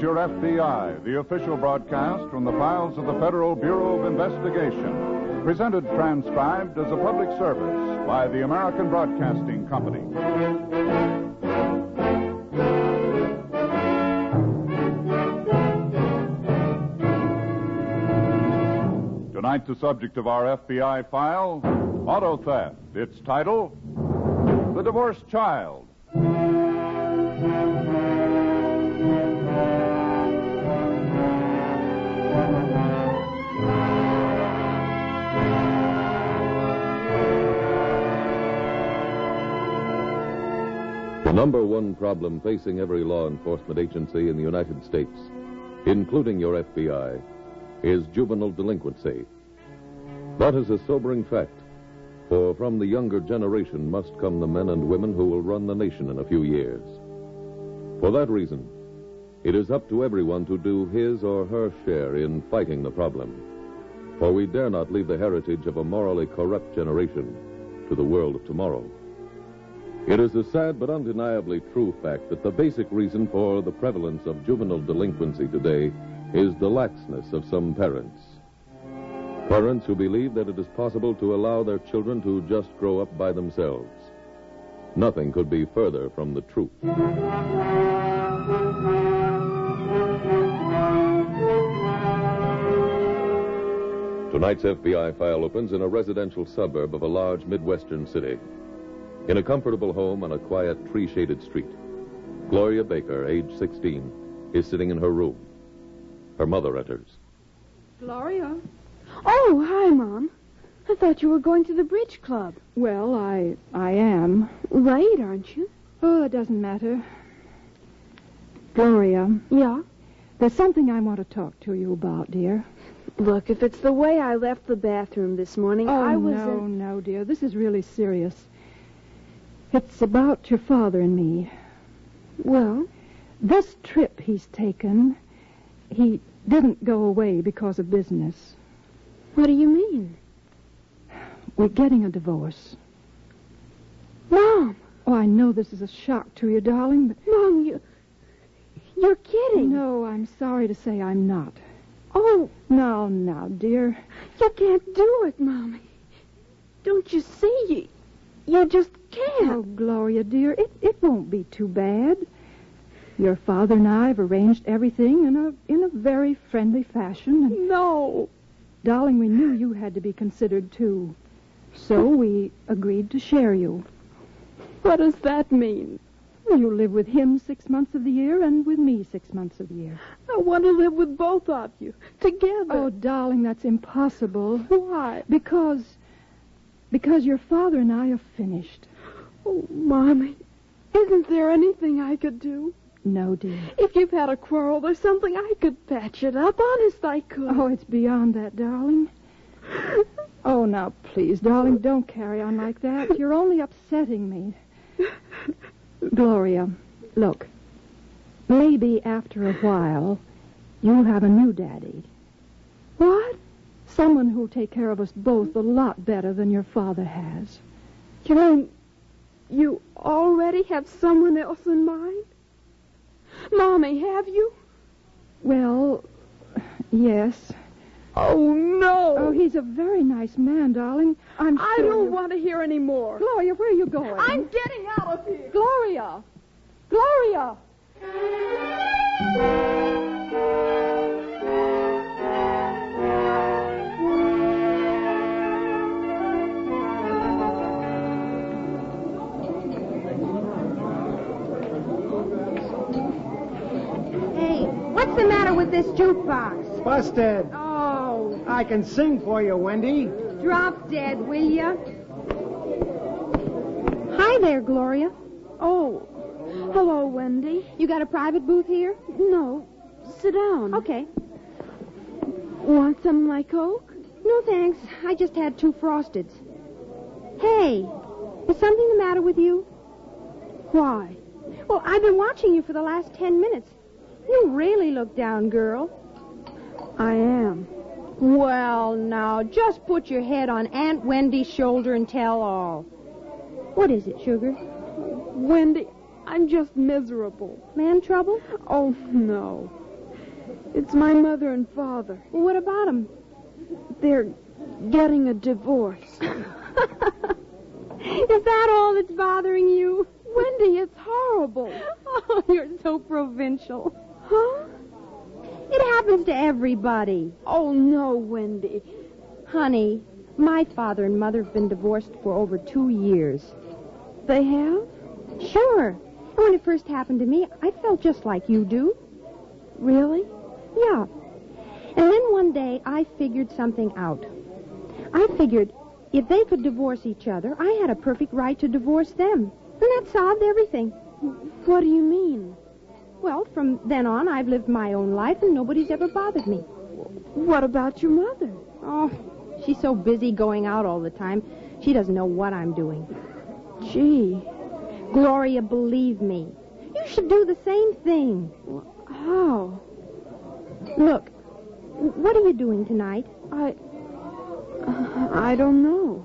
your FBI, the official broadcast from the files of the Federal Bureau of Investigation, presented transcribed as a public service by the American Broadcasting Company. Tonight, the subject of our FBI file Auto Theft. Its title The Divorced Child. The number one problem facing every law enforcement agency in the United States, including your FBI, is juvenile delinquency. That is a sobering fact, for from the younger generation must come the men and women who will run the nation in a few years. For that reason, it is up to everyone to do his or her share in fighting the problem, for we dare not leave the heritage of a morally corrupt generation to the world of tomorrow. It is a sad but undeniably true fact that the basic reason for the prevalence of juvenile delinquency today is the laxness of some parents. Parents who believe that it is possible to allow their children to just grow up by themselves. Nothing could be further from the truth. Tonight's FBI file opens in a residential suburb of a large Midwestern city. In a comfortable home on a quiet, tree shaded street, Gloria Baker, age 16, is sitting in her room. Her mother enters. Gloria? Oh, hi, Mom. I thought you were going to the bridge club. Well, I I am. Late, aren't you? Oh, it doesn't matter. Gloria, Yeah. there's something I want to talk to you about, dear. Look, if it's the way I left the bathroom this morning, I was Oh, no, in... no, dear. This is really serious. It's about your father and me. Well, This trip he's taken, he didn't go away because of business. what do you mean? We're getting a divorce. Mom! Oh, I know this is a shock to you, darling, but Mom, you... You're kidding. no, I'm sorry to say I'm not. Oh, Now, now, dear. you can't do it, Mommy. Don't you see? You, you just can't. Oh, Gloria, dear, it, it won't be too bad. Your father and I have arranged everything in a in a very friendly fashion, and No. darling, we knew you had to be considered too. So we agreed to share you. What does that mean? Well, you live with him six months of the year and with me six months of the year. I want to live with both of you, together. Oh, darling, that's impossible. why? Because because your father and I are finished. Oh, Mommy, isn't there anything I could do? No, dear. If you've had a quarrel, there's something I could patch it up. Honest, I could. Oh, it's beyond that, darling. Oh, now, please, darling, don't carry on like that. You're only upsetting me. Gloria, look. Maybe after a while, you'll have a new daddy. what? Someone who'll take care of us both a lot better than your father has. You mean you already have someone else in mind? Mommy, have you? Well, yes. Oh, no. Oh, he's a very nice man, darling. I'm I sure don't you- want to hear any more. Gloria, where are you going? I'm getting out of here. Gloria! Gloria! Hey, what's the matter with this jukebox? Busted! Oh, I can sing for you, Wendy. drop dead, will ya? Hi there, Gloria. Oh, hello, Wendy. You got a private booth here? No, sit down. Okay. Want some of my Coke? No thanks. I just had two frosteds. Hey, is something the matter with you? Why? Well, I've been watching you for the last ten minutes. You really look down, girl. I am. Well, now, just put your head on Aunt Wendy's shoulder and tell all. What is it, sugar? Wendy, I'm just miserable. Man trouble? Oh, no. It's my mother and father. Well, what about him? They're getting a divorce. Oh, Is that all that's bothering you? Wendy, it's horrible. Oh, you're so provincial. Huh? It happens to everybody. Oh, no, Wendy. Honey, my father and mother have been divorced for over two years. They have? Sure. When it first happened to me, I felt just like you do. Really? Yeah. And then one day, I figured something out. I figured if they could divorce each other, I had a perfect right to divorce them. And that solved everything. What do you mean? Well, from then on, I've lived my own life and nobody's ever bothered me. What about your mother? Oh, she's so busy going out all the time, she doesn't know what I'm doing. Gee, Gloria, believe me, you should do the same thing. Oh. how? Look, what are you doing tonight? I. Uh, I don't know.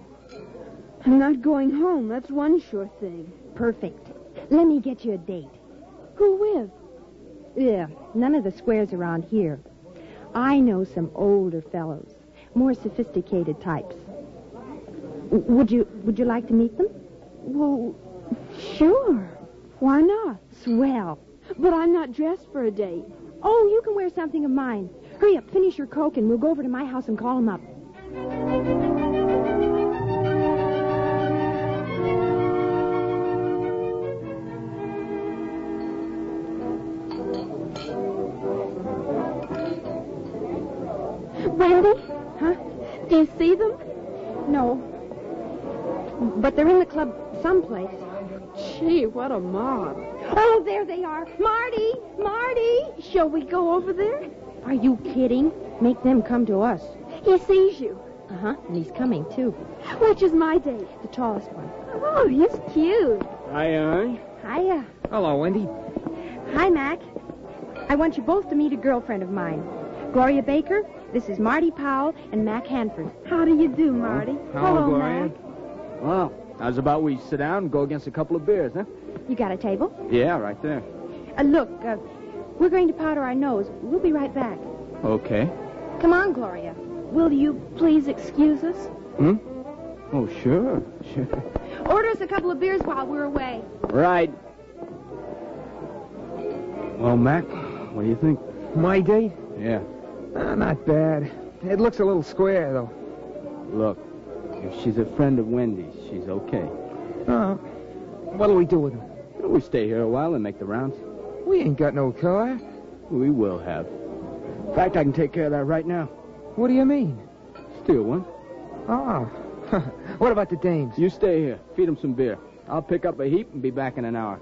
I'm not going home, that's one sure thing. Perfect. Let me get you a date. Who with? Yeah, none of the squares around here. I know some older fellows, more sophisticated types. W- Would you would you like to meet them? Well, sure. Why not? Swell. But I'm not dressed for a date. Oh, you can wear something of mine. Hurry up, finish your coke, and we'll go over to my house and call them up. Wendy? Huh? Do you see them? No. But they're in the club someplace. Gee, what a mob. Oh, there they are. Marty! Marty! Shall we go over there? Are you kidding? Make them come to us. He sees you. Uh huh. And he's coming, too. Which is my date? The tallest one. Oh, he's cute. Hi, Ern. Hiya. Hello, Wendy. Hi, Mac. I want you both to meet a girlfriend of mine. Gloria Baker, this is Marty Powell, and Mac Hanford. How do you do, Marty? Hello, Gloria. Well, how's about we sit down and go against a couple of beers, huh? You got a table? Yeah, right there. Uh, look, uh, we're going to powder our nose. We'll be right back. Okay. Come on, Gloria. Will you please excuse us? Hmm? Oh, sure, sure. Order us a couple of beers while we're away. Right. Well, Mac, what do you think? My date? Yeah. Uh, not bad. It looks a little square, though. Look, if she's a friend of Wendy's, she's okay. Oh, Uh, what'll we do with him? We stay here a while and make the rounds. We ain't got no car. We will have. In fact, I can take care of that right now. What do you mean? Steal one. Oh. what about the dames? You stay here. Feed him some beer. I'll pick up a heap and be back in an hour.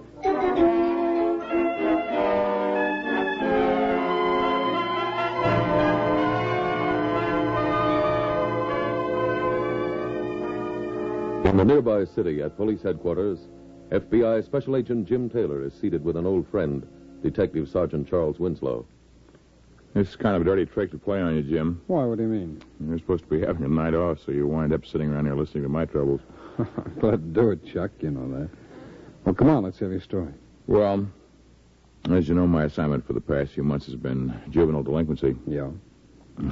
In the nearby city at police headquarters, FBI Special Agent Jim Taylor is seated with an old friend, Detective Sergeant Charles Winslow. This is kind of a dirty trick to play on you, Jim. Why? What do you mean? You're supposed to be having a night off, so you wind up sitting around here listening to my troubles. Glad to do it, Chuck. You know that. Well, come on. Let's have your story. Well, as you know, my assignment for the past few months has been juvenile delinquency. Yeah,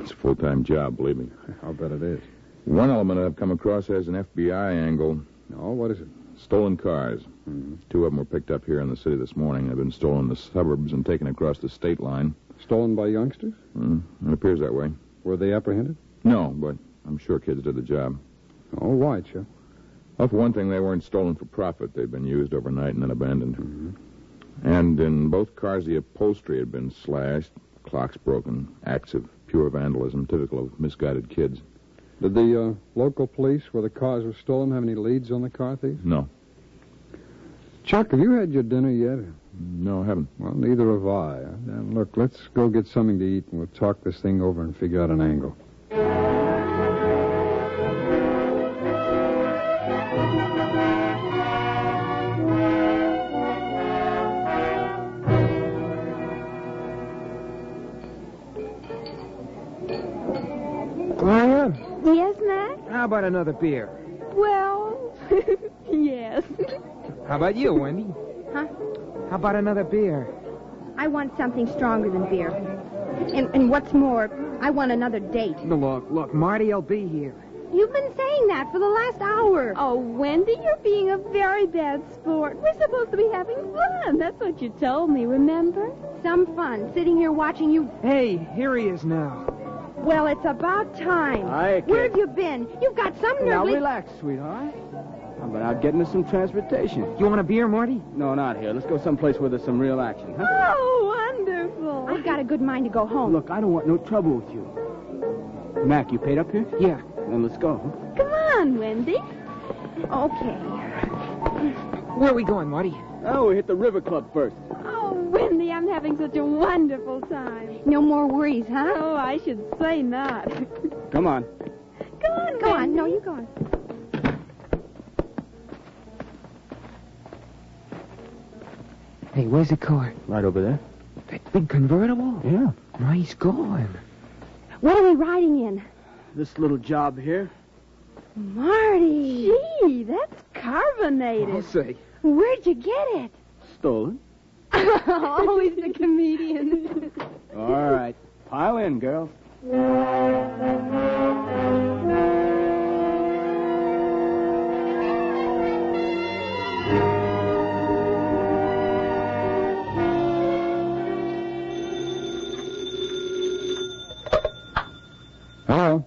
It's a full time job, believe me. I'll bet it is. One element I've come across has an FBI angle No, what is it? stolen cars. Mhm. Two of them were picked up here in the city this morning. They've been stolen in the suburbs and taken across the state line. Stolen by youngsters? Mm, it appears that way. Were they apprehended? No, but I'm sure kids did the job. Oh, why, Chuck? Well, for one thing, they weren't stolen for profit. They'd been used overnight and then abandoned. Mm-hmm. And in both cars, the upholstery had been slashed, clocks broken, acts of pure vandalism, typical of misguided kids. Did the uh, local police where the cars were stolen have any leads on the car thieves? No. Chuck, have you had your dinner yet? No, I haven't. Well, neither have I. Then look, let's go get something to eat, and we'll talk this thing over and figure out an angle. uh, Gloria, Yes, Mac? how about another beer? Well, yes. How about you, Wendy? Huh? How about another beer? I want something stronger than beer. And, and what's more, I want another date. No, look, look, Marty'll be here. You've been saying that for the last hour. Oh, Wendy, you're being a very bad sport. We're supposed to be having fun. That's what you told me, remember? Some fun, sitting here watching you. Hey, here he is now. Well, it's about time. Aye, kid. Where have you been? You've got some nerve. Now le- relax, sweetheart. I've been out getting us some transportation. You want a beer, Marty? No, not here. Let's go someplace where there's some real action, huh? Oh, wonderful. I've got a good mind to go Oh, home. Look, I don't want no trouble with you. Mac, you paid up here? Yeah. Then let's go. huh? Come on, Wendy. Okay. Where are we going, Marty? Oh, we hit the river club first. Oh, Wendy, I'm having such a wonderful time. No more worries, huh? Oh, I should say not. Come on. Come on, Go on. No, you go on. Hey, where's the car? Right over there. That big convertible? Yeah. Nice going. What are we riding in? This little job here. Marty. Gee, that's carbonated. say. Where'd you get it? Stolen. Always the comedian. All right. Pile in, girls. Hello.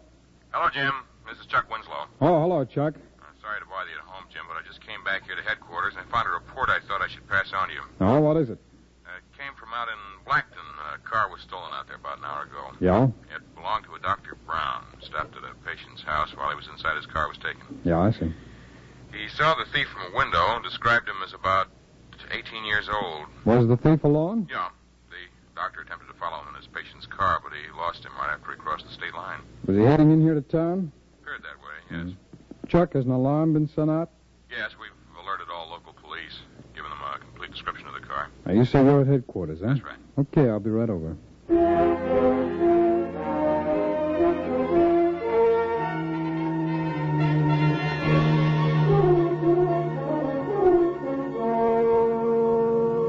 Hello, Jim. This is Chuck Winslow. Oh, hello, Chuck. I'm sorry to bother you at home, Jim, but I just came back here to headquarters and I found a report I thought I should pass on to you. Oh, what is it? Uh, it came from out in Blackton. A car was stolen out there about an hour ago. Yeah? It belonged to a Dr. Brown. Stopped at a patient's house while he was inside his car was taken. Yeah, I see. He saw the thief from a window, described him as about 18 years old. Was the thief alone? Yeah, the doctor attempted to follow him in his patient's car, but he lost him right after he crossed the state line. Was he heading in here to town? Appeared that way, yes. Chuck, has an alarm been sent out? Yes, we've alerted all local police, given them a complete description of the car. Now, you say you're at headquarters, huh? That's right. Okay, I'll be right over.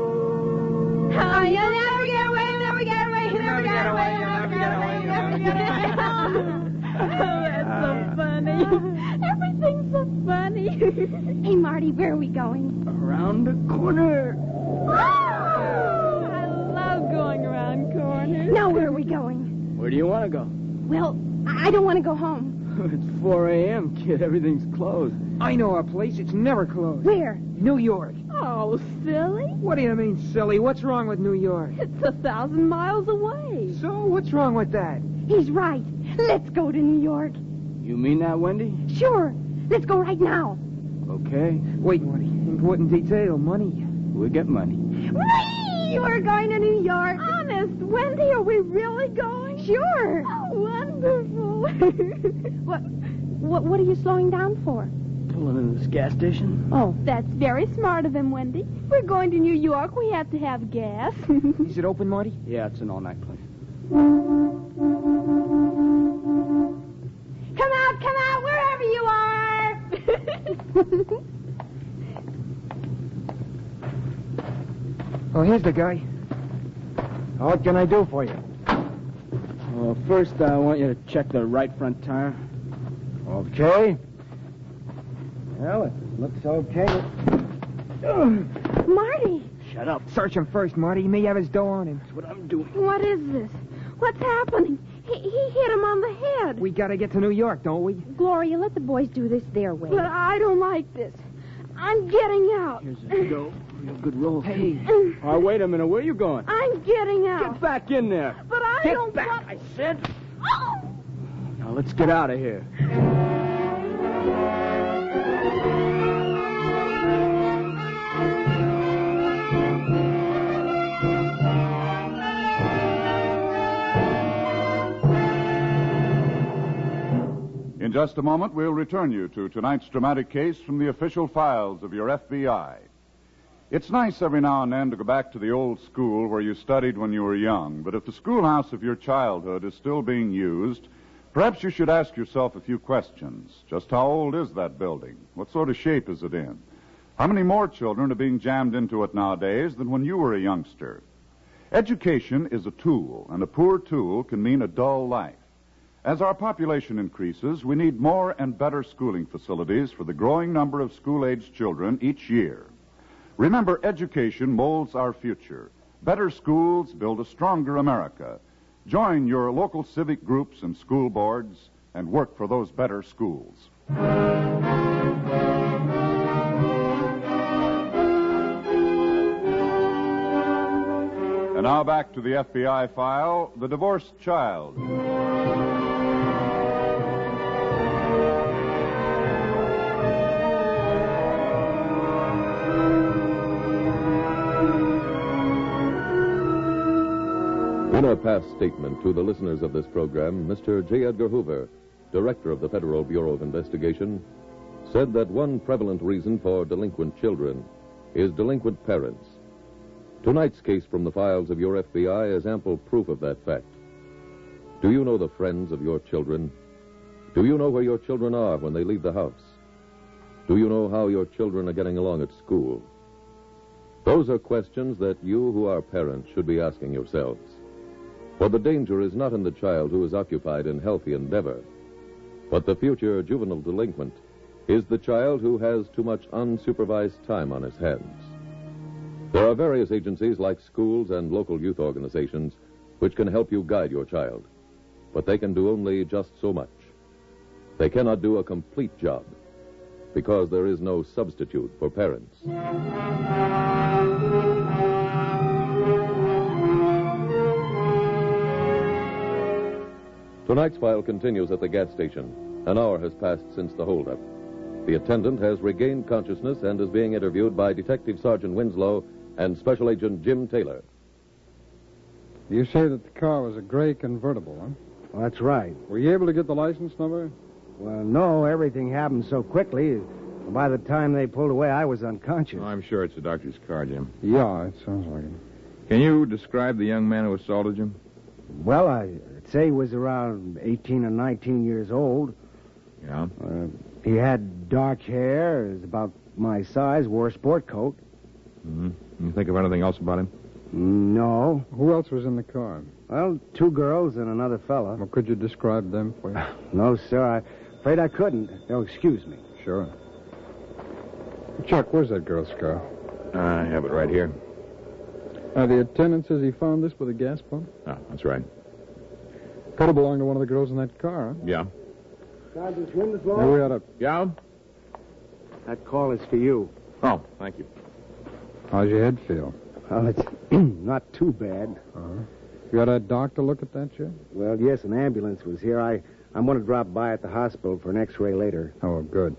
Oh, you'll never get away, you'll never get away, you'll never get away, you'll never get away, you'll never get away. Oh, that's so funny. Everything's so funny. hey, Marty, where are we going? Around the corner. Oh, I love going around corners. Ah! Now, where are we going? Where do you want to go? Well, I I don't want to go home. it's 4 a.m., kid. Everything's closed. I know a place. It's never closed. Where? New York. Oh, silly. What do you mean, silly? What's wrong with New York? It's a thousand miles away. So, what's wrong with that? He's right. Let's go to New York. You mean that, Wendy? Sure. Let's go right now. Okay. Wait, Marty. Important detail. Money. We'll get money. Whee! We're going to New York. Honest, Wendy, are we really going? Sure. Oh, wonderful. What, what, what are you slowing down for? Pulling into this gas station. Oh, That's very smart of him, Wendy. We're going to New York. We have to have gas. Is it open, Marty? Yeah, it's an all-night place. come out, come out, wherever you are. Oh, here's the guy. What can I do for you? Well, first I want you to check the right front tire. Okay. Well, it looks okay. Marty, Shut up. Search him first, Marty. He may have his dough on him. That's what I'm doing. what is this? What's happening? He, he hit him on the head. We gotta get to New York, don't we? Gloria, let the boys do this their way. But I don't like this. I'm getting out. Here's a go. Real good roll. Hey. Oh, wait a minute. Where are you going? I'm getting out. Get back in there. But I Get don't back, want. I said. Oh! Now let's get out of here. In just a moment, we'll return you to tonight's dramatic case from the official files of your FBI. It's nice every now and then to go back to the old school where you studied when you were young, but if the schoolhouse of your childhood is still being used, perhaps you should ask yourself a few questions. Just how old is that building? What sort of shape is it in? How many more children are being jammed into it nowadays than when you were a youngster? Education is a tool, and a poor tool can mean a dull life. As our population increases, we need more and better schooling facilities for the growing number of school aged children each year. Remember, education molds our future. Better schools build a stronger America. Join your local civic groups and school boards and work for those better schools. And now back to the FBI file The Divorced Child. In a past statement to the listeners of this program, Mr. J. Edgar Hoover, director of the Federal Bureau of Investigation, said that one prevalent reason for delinquent children is delinquent parents. Tonight's case from the files of your FBI is ample proof of that fact. Do you know the friends of your children? Do you know where your children are when they leave the house? Do you know how your children are getting along at school? Those are questions that you who are parents should be asking yourselves. For the danger is not in the child who is occupied in healthy endeavor, but the future juvenile delinquent is the child who has too much unsupervised time on his hands. There are various agencies like schools and local youth organizations which can help you guide your child, but they can do only just so much. They cannot do a complete job because there is no substitute for parents. Tonight's file continues at the gas station. An hour has passed since the holdup. The attendant has regained consciousness and is being interviewed by Detective Sergeant Winslow and Special Agent Jim Taylor. You say that the car was a gray convertible, huh? Well, that's right. Were you able to get the license number? Well, no, everything happened so quickly. By the time they pulled away, I was unconscious. I'm sure it's the doctor's car, Jim. Yeah, Oh, it sounds like it. Can you describe the young man who assaulted you? Well, I- I'd say he was around 18 or 19 years old. Yeah. Uh, he had dark hair, is about my size, wore a sport coat. Mm-hmm. Can you think of anything else about him? No. Who else was in the car? Well, two girls and another fella. Well, could you describe them for us? No, sir. I'm afraid I couldn't. Oh, excuse me. Sure. Chuck, where's that girl's car? I have it right here. Uh, the attendant says he found this with a gas pump. Ah, that's right. Could have belonged to one of the girls in that car. Yeah. Sergeant Huh? Now we ought Winslow? to. Yeah? That call is for you. Oh, thank you. How's your head feel? Well, it's not too bad. Uh-huh. You had a doctor look at that yet? Well, yes, an ambulance was here. I, I'm going to drop by at the hospital for an x-ray later. Oh, good.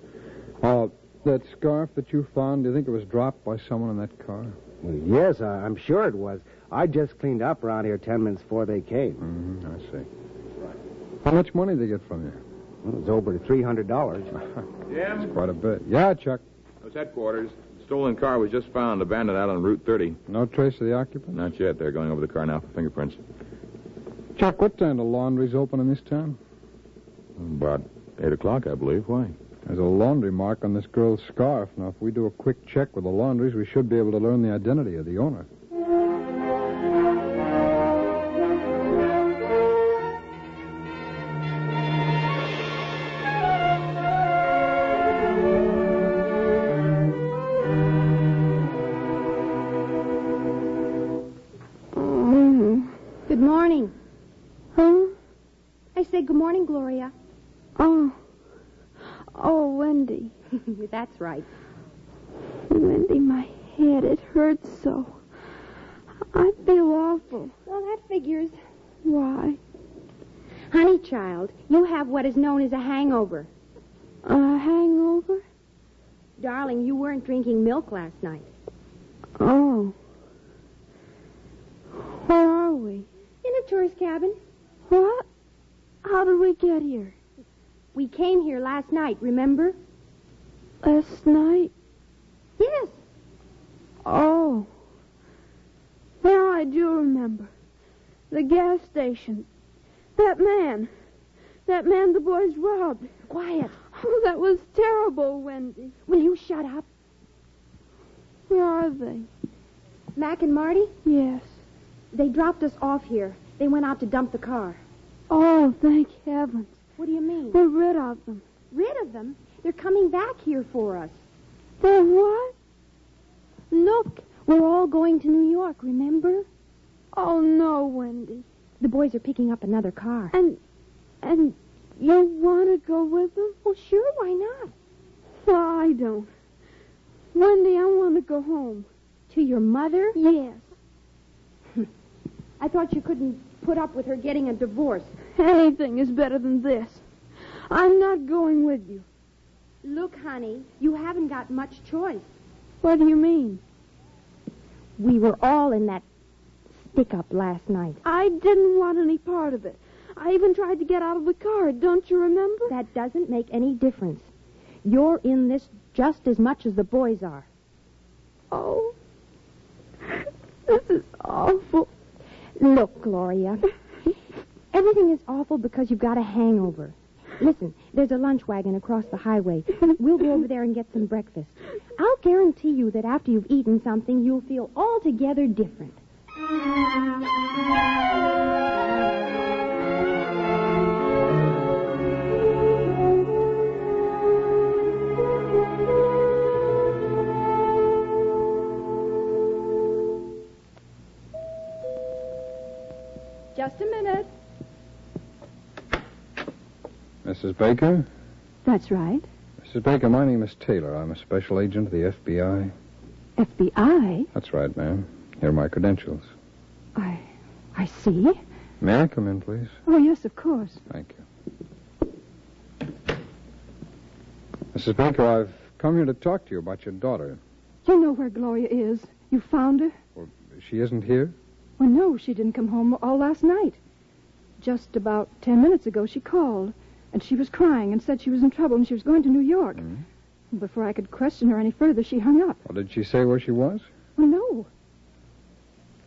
Uh, that scarf that you found, do you think it was dropped by someone in that car? Well, yes, I, I'm sure it was. I just cleaned up around here ten minutes before they came. Mm-hmm, I see. How much money did they get from you? Well, it was over $300. Jim? Quite a bit. Yeah, Chuck. Those headquarters. The stolen car was just found abandoned out on Route 30. No trace of the occupant? Not yet. They're going over the car now for fingerprints. Chuck, what time do laundries open in this town? About 8 o'clock, I believe. Why? There's a laundry mark on this girl's scarf. Now, if we do a quick check with the laundries, we should be able to learn the identity of the owner. Mm-hmm. Good morning. Huh? I say good morning, Gloria. Oh. Oh, Wendy. That's right. Wendy, my head, it hurts so. I feel awful. Well, that figures. Why? Honey, child, you have what is known as a hangover. A hangover? Darling, you weren't drinking milk last night. Oh. Where are we? In a tourist cabin. What? How did we get here? We came here last night, remember? Last night? Yes. Oh. Now I do remember. The gas station. That man. That man the boys robbed. Quiet. Oh, that was terrible, Wendy. Will you shut up? Where are they? Mac and Marty? Yes. They dropped us off here. They went out to dump the car. Oh, thank heavens. What do you mean? We're rid of them. Rid of them? They're coming back here for us. They're what? Look, we're all going to New York, remember? Oh, no, Wendy. The boys are picking up another car. And, and you want to go with them? Well, sure, why not? Well, I don't. Wendy, I want to go home. To your mother? Yes. I thought you couldn't put up with her getting a divorce. Anything is better than this. I'm not going with you. Look, honey, you haven't got much choice. What do you mean? We were all in that stick up last night. I didn't want any part of it. I even tried to get out of the car, don't you remember? That doesn't make any difference. You're in this just as much as the boys are. Oh, this is awful. Look, Gloria, everything is awful because you've got a hangover. Listen, there's a lunch wagon across the highway. We'll go over there and get some breakfast. I'll guarantee you that after you've eaten something, you'll feel altogether different. Just a minute. Mrs. Baker? That's right. Mrs. Baker, my name is Taylor. I'm a special agent of the FBI. FBI? That's right, ma'am. Here are my credentials. I. I see. May I come in, please? Oh, yes, of course. Thank you. Mrs. Baker, I've come here to talk to you about your daughter. You know where Gloria is. You found her? Well, she isn't here? Well, no, she didn't come home all last night. Just about ten minutes ago, she called, and she was crying and said she was in trouble and she was going to New York. Mm-hmm. Before I could question her any further, she hung up. Well, did she say where she was? Well, no.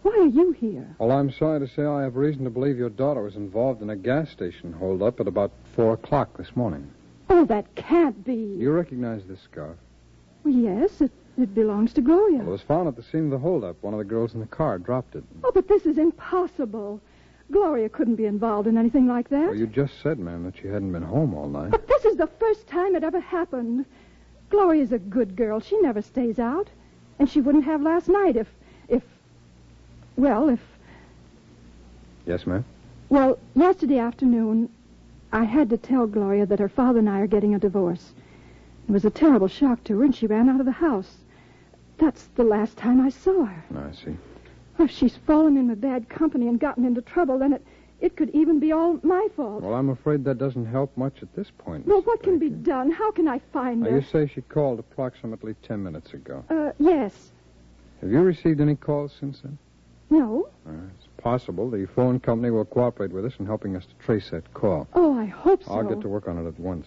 Why are you here? Well, I'm sorry to say I have reason to believe your daughter was involved in a gas station holdup at about four o'clock this morning. Oh, that can't be. You recognize this scarf? Well, yes, it it belongs to Gloria. Well, it was found at the scene of the holdup. One of the girls in the car dropped it. Oh, but this is impossible. Gloria couldn't be involved in anything like that. Well, you just said, ma'am, that she hadn't been home all night. But this is the first time it ever happened. Gloria's a good girl. She never stays out. And she wouldn't have last night if. if. well, if. Yes, ma'am? Well, yesterday afternoon, I had to tell Gloria that her father and I are getting a divorce. It was a terrible shock to her, and she ran out of the house. That's the last time I saw her. I see. Well, if she's fallen in with bad company and gotten into trouble, then it, it could even be all my fault. Well, I'm afraid that doesn't help much at this point. Well, what Baker. can be done? How can I find now, her? You say she called approximately ten minutes ago. Uh, yes. Have you received any calls since then? No. Uh, it's possible the phone company will cooperate with us in helping us to trace that call. Oh, I hope so. I'll get to work on it at once.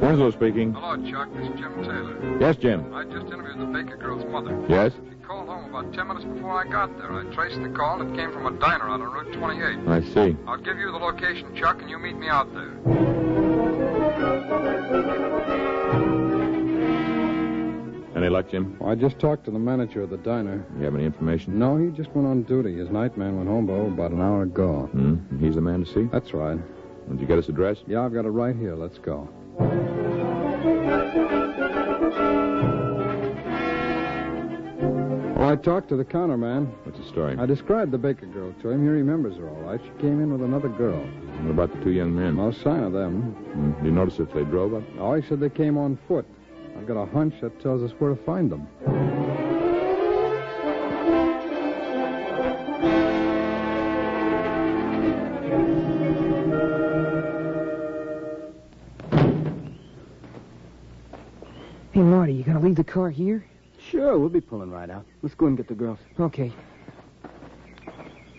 Winslow speaking. Hello, Chuck. This is Jim Taylor. Yes, Jim. I just interviewed the Baker girl's mother. Yes? She called home about 10 minutes before I got there. I traced the call. It came from a diner out on Route 28. I see. I'll give you the location, Chuck, and you meet me out there. Any luck, Jim? Well, I just talked to the manager of the diner. You have any information? No, he just went on duty. His night man went home oh, about an hour ago. Hmm? And he's the man to see? That's right. Did you get his address? Yeah, I've got it right here. Let's go. Well, I talked to the counterman. What's the story? I described the Baker girl to him. He remembers her all right. She came in with another girl. What about the two young men? No sign of them. Mm. Did you notice if they drove up? Oh, he said they came on foot. I've got a hunch that tells us where to find them. Hey, Marty, you gonna leave the car here? Sure, we'll be pulling right out. Let's go and get the girls. Okay.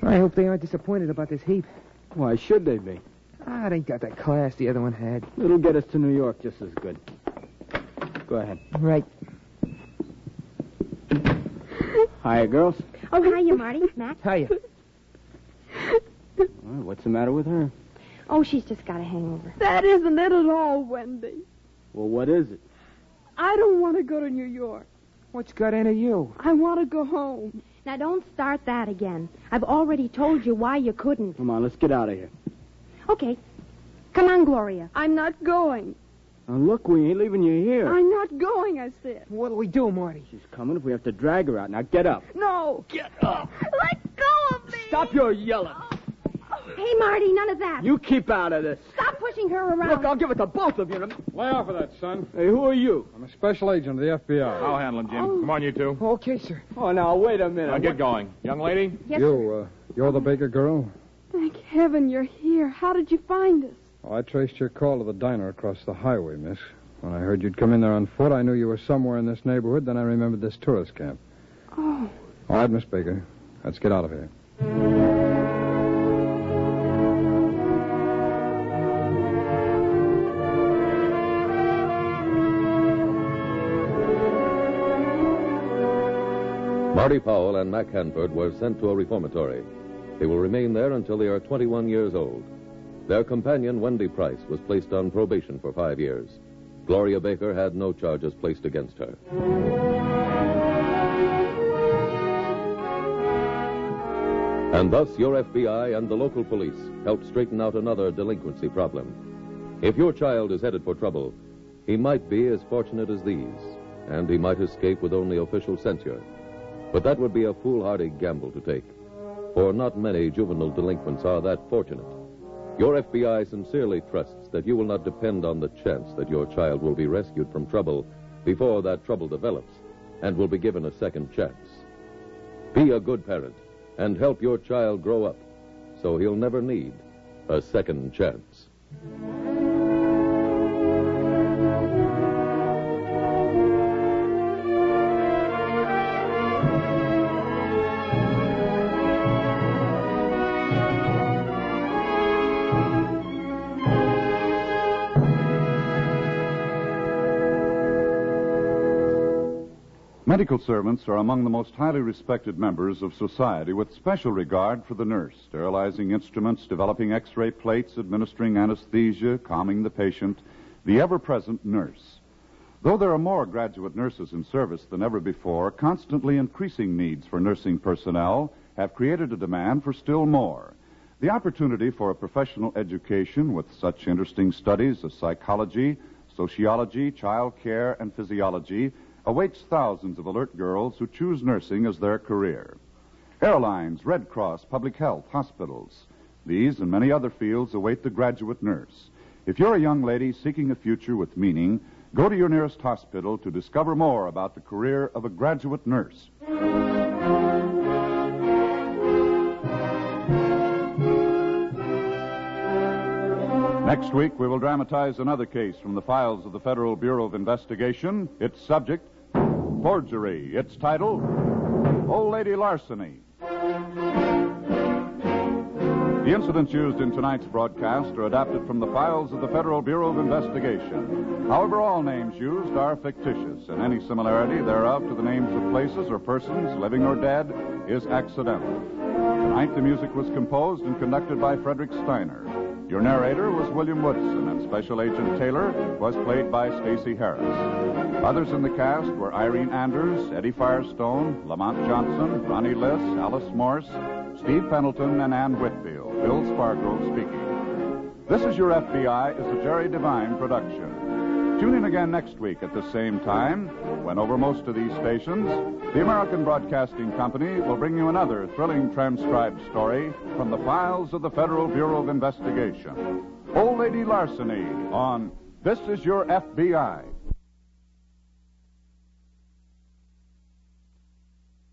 I hope they aren't disappointed about this heap. Why should they be? Ah, it ain't got that class the other one had. It'll get us to New York just as good. Go ahead. Right. Hiya, girls. Oh, hiya, Marty. Matt. Hiya. Well, what's the matter with her? Oh, she's just got a hangover. That isn't it at all, Wendy. Well, what is it? I don't want to go to New York. What's got into you? I want to go home. Now, don't start that again. I've already told you why you couldn't. Come on, let's get out of here. Okay. Come on, Gloria. I'm not going. Now, look, we ain't leaving you here. I'm not going, I said. What'll we do, Marty? She's coming if we have to drag her out. Now, get up. No. Get up. Let go of me. Stop your yelling. Hey, Marty, none of that. You keep out of this. Stop pushing her around. Look, I'll give it to both of you. in a- Lay off of that, son. Hey, who are you? I'm a special agent of the FBI. I'll handle him, Jim. Come on, you two. Okay, sir. Oh, now, wait a minute. Now get going. Young lady? you, uh, you're the Baker girl? Thank heaven you're here. How did you find us? Oh, I traced your call to the diner across the highway, miss. When I heard you'd come in there on foot, I knew you were somewhere in this neighborhood. Then I remembered this tourist camp. Oh, All right, Miss Baker. Let's get out of here. Marty Powell and Mac Hanford were sent to a reformatory. They will remain there until they are 21 years old. Their companion, Wendy Price, was placed on probation for five years. Gloria Baker had no charges placed against her. And thus, your FBI and the local police helped straighten out another delinquency problem. If your child is headed for trouble, he might be as fortunate as these, and he might escape with only official censure. But that would be a foolhardy gamble to take, for not many juvenile delinquents are that fortunate. Your FBI sincerely trusts that you will not depend on the chance that your child will be rescued from trouble before that trouble develops and will be given a second chance. Be a good parent and help your child grow up so he'll never need a second chance. Medical servants are among the most highly respected members of society with special regard for the nurse, sterilizing instruments, developing x ray plates, administering anesthesia, calming the patient, the ever present nurse. Though there are more graduate nurses in service than ever before, constantly increasing needs for nursing personnel have created a demand for still more. The opportunity for a professional education with such interesting studies as psychology, sociology, child care, and physiology awaits thousands of alert girls who choose nursing as their career. Airlines, Red Cross, public health, hospitals. These and many other fields await the graduate nurse. If you're a young lady seeking a future with meaning, go to your nearest hospital to discover more about the career of a graduate nurse. Next week, we will dramatize another case from the files of the Federal Bureau of Investigation. Its subject, forgery. Its title, Old Lady Larceny. The incidents used in tonight's broadcast are adapted from the files of the Federal Bureau of Investigation. However, all names used are fictitious, and any similarity thereof to the names of places or persons, living or dead, is accidental. Tonight, the music was composed and conducted by Frederick Steiner. Your narrator was William Woodson, and Special Agent Taylor was played by Stacy Harris. Others in the cast were Irene Anders, Eddie Firestone, Lamont Johnson, Ronnie Liss, Alice Morse, Steve Pendleton, and Ann Whitfield. Bill Spargo speaking. This is Your FBI is a Jerry Devine production. Tune in again next week at the same time when, over most of these stations, the American Broadcasting Company will bring you another thrilling transcribed story from the files of the Federal Bureau of Investigation. Old Lady Larceny on This Is Your FBI.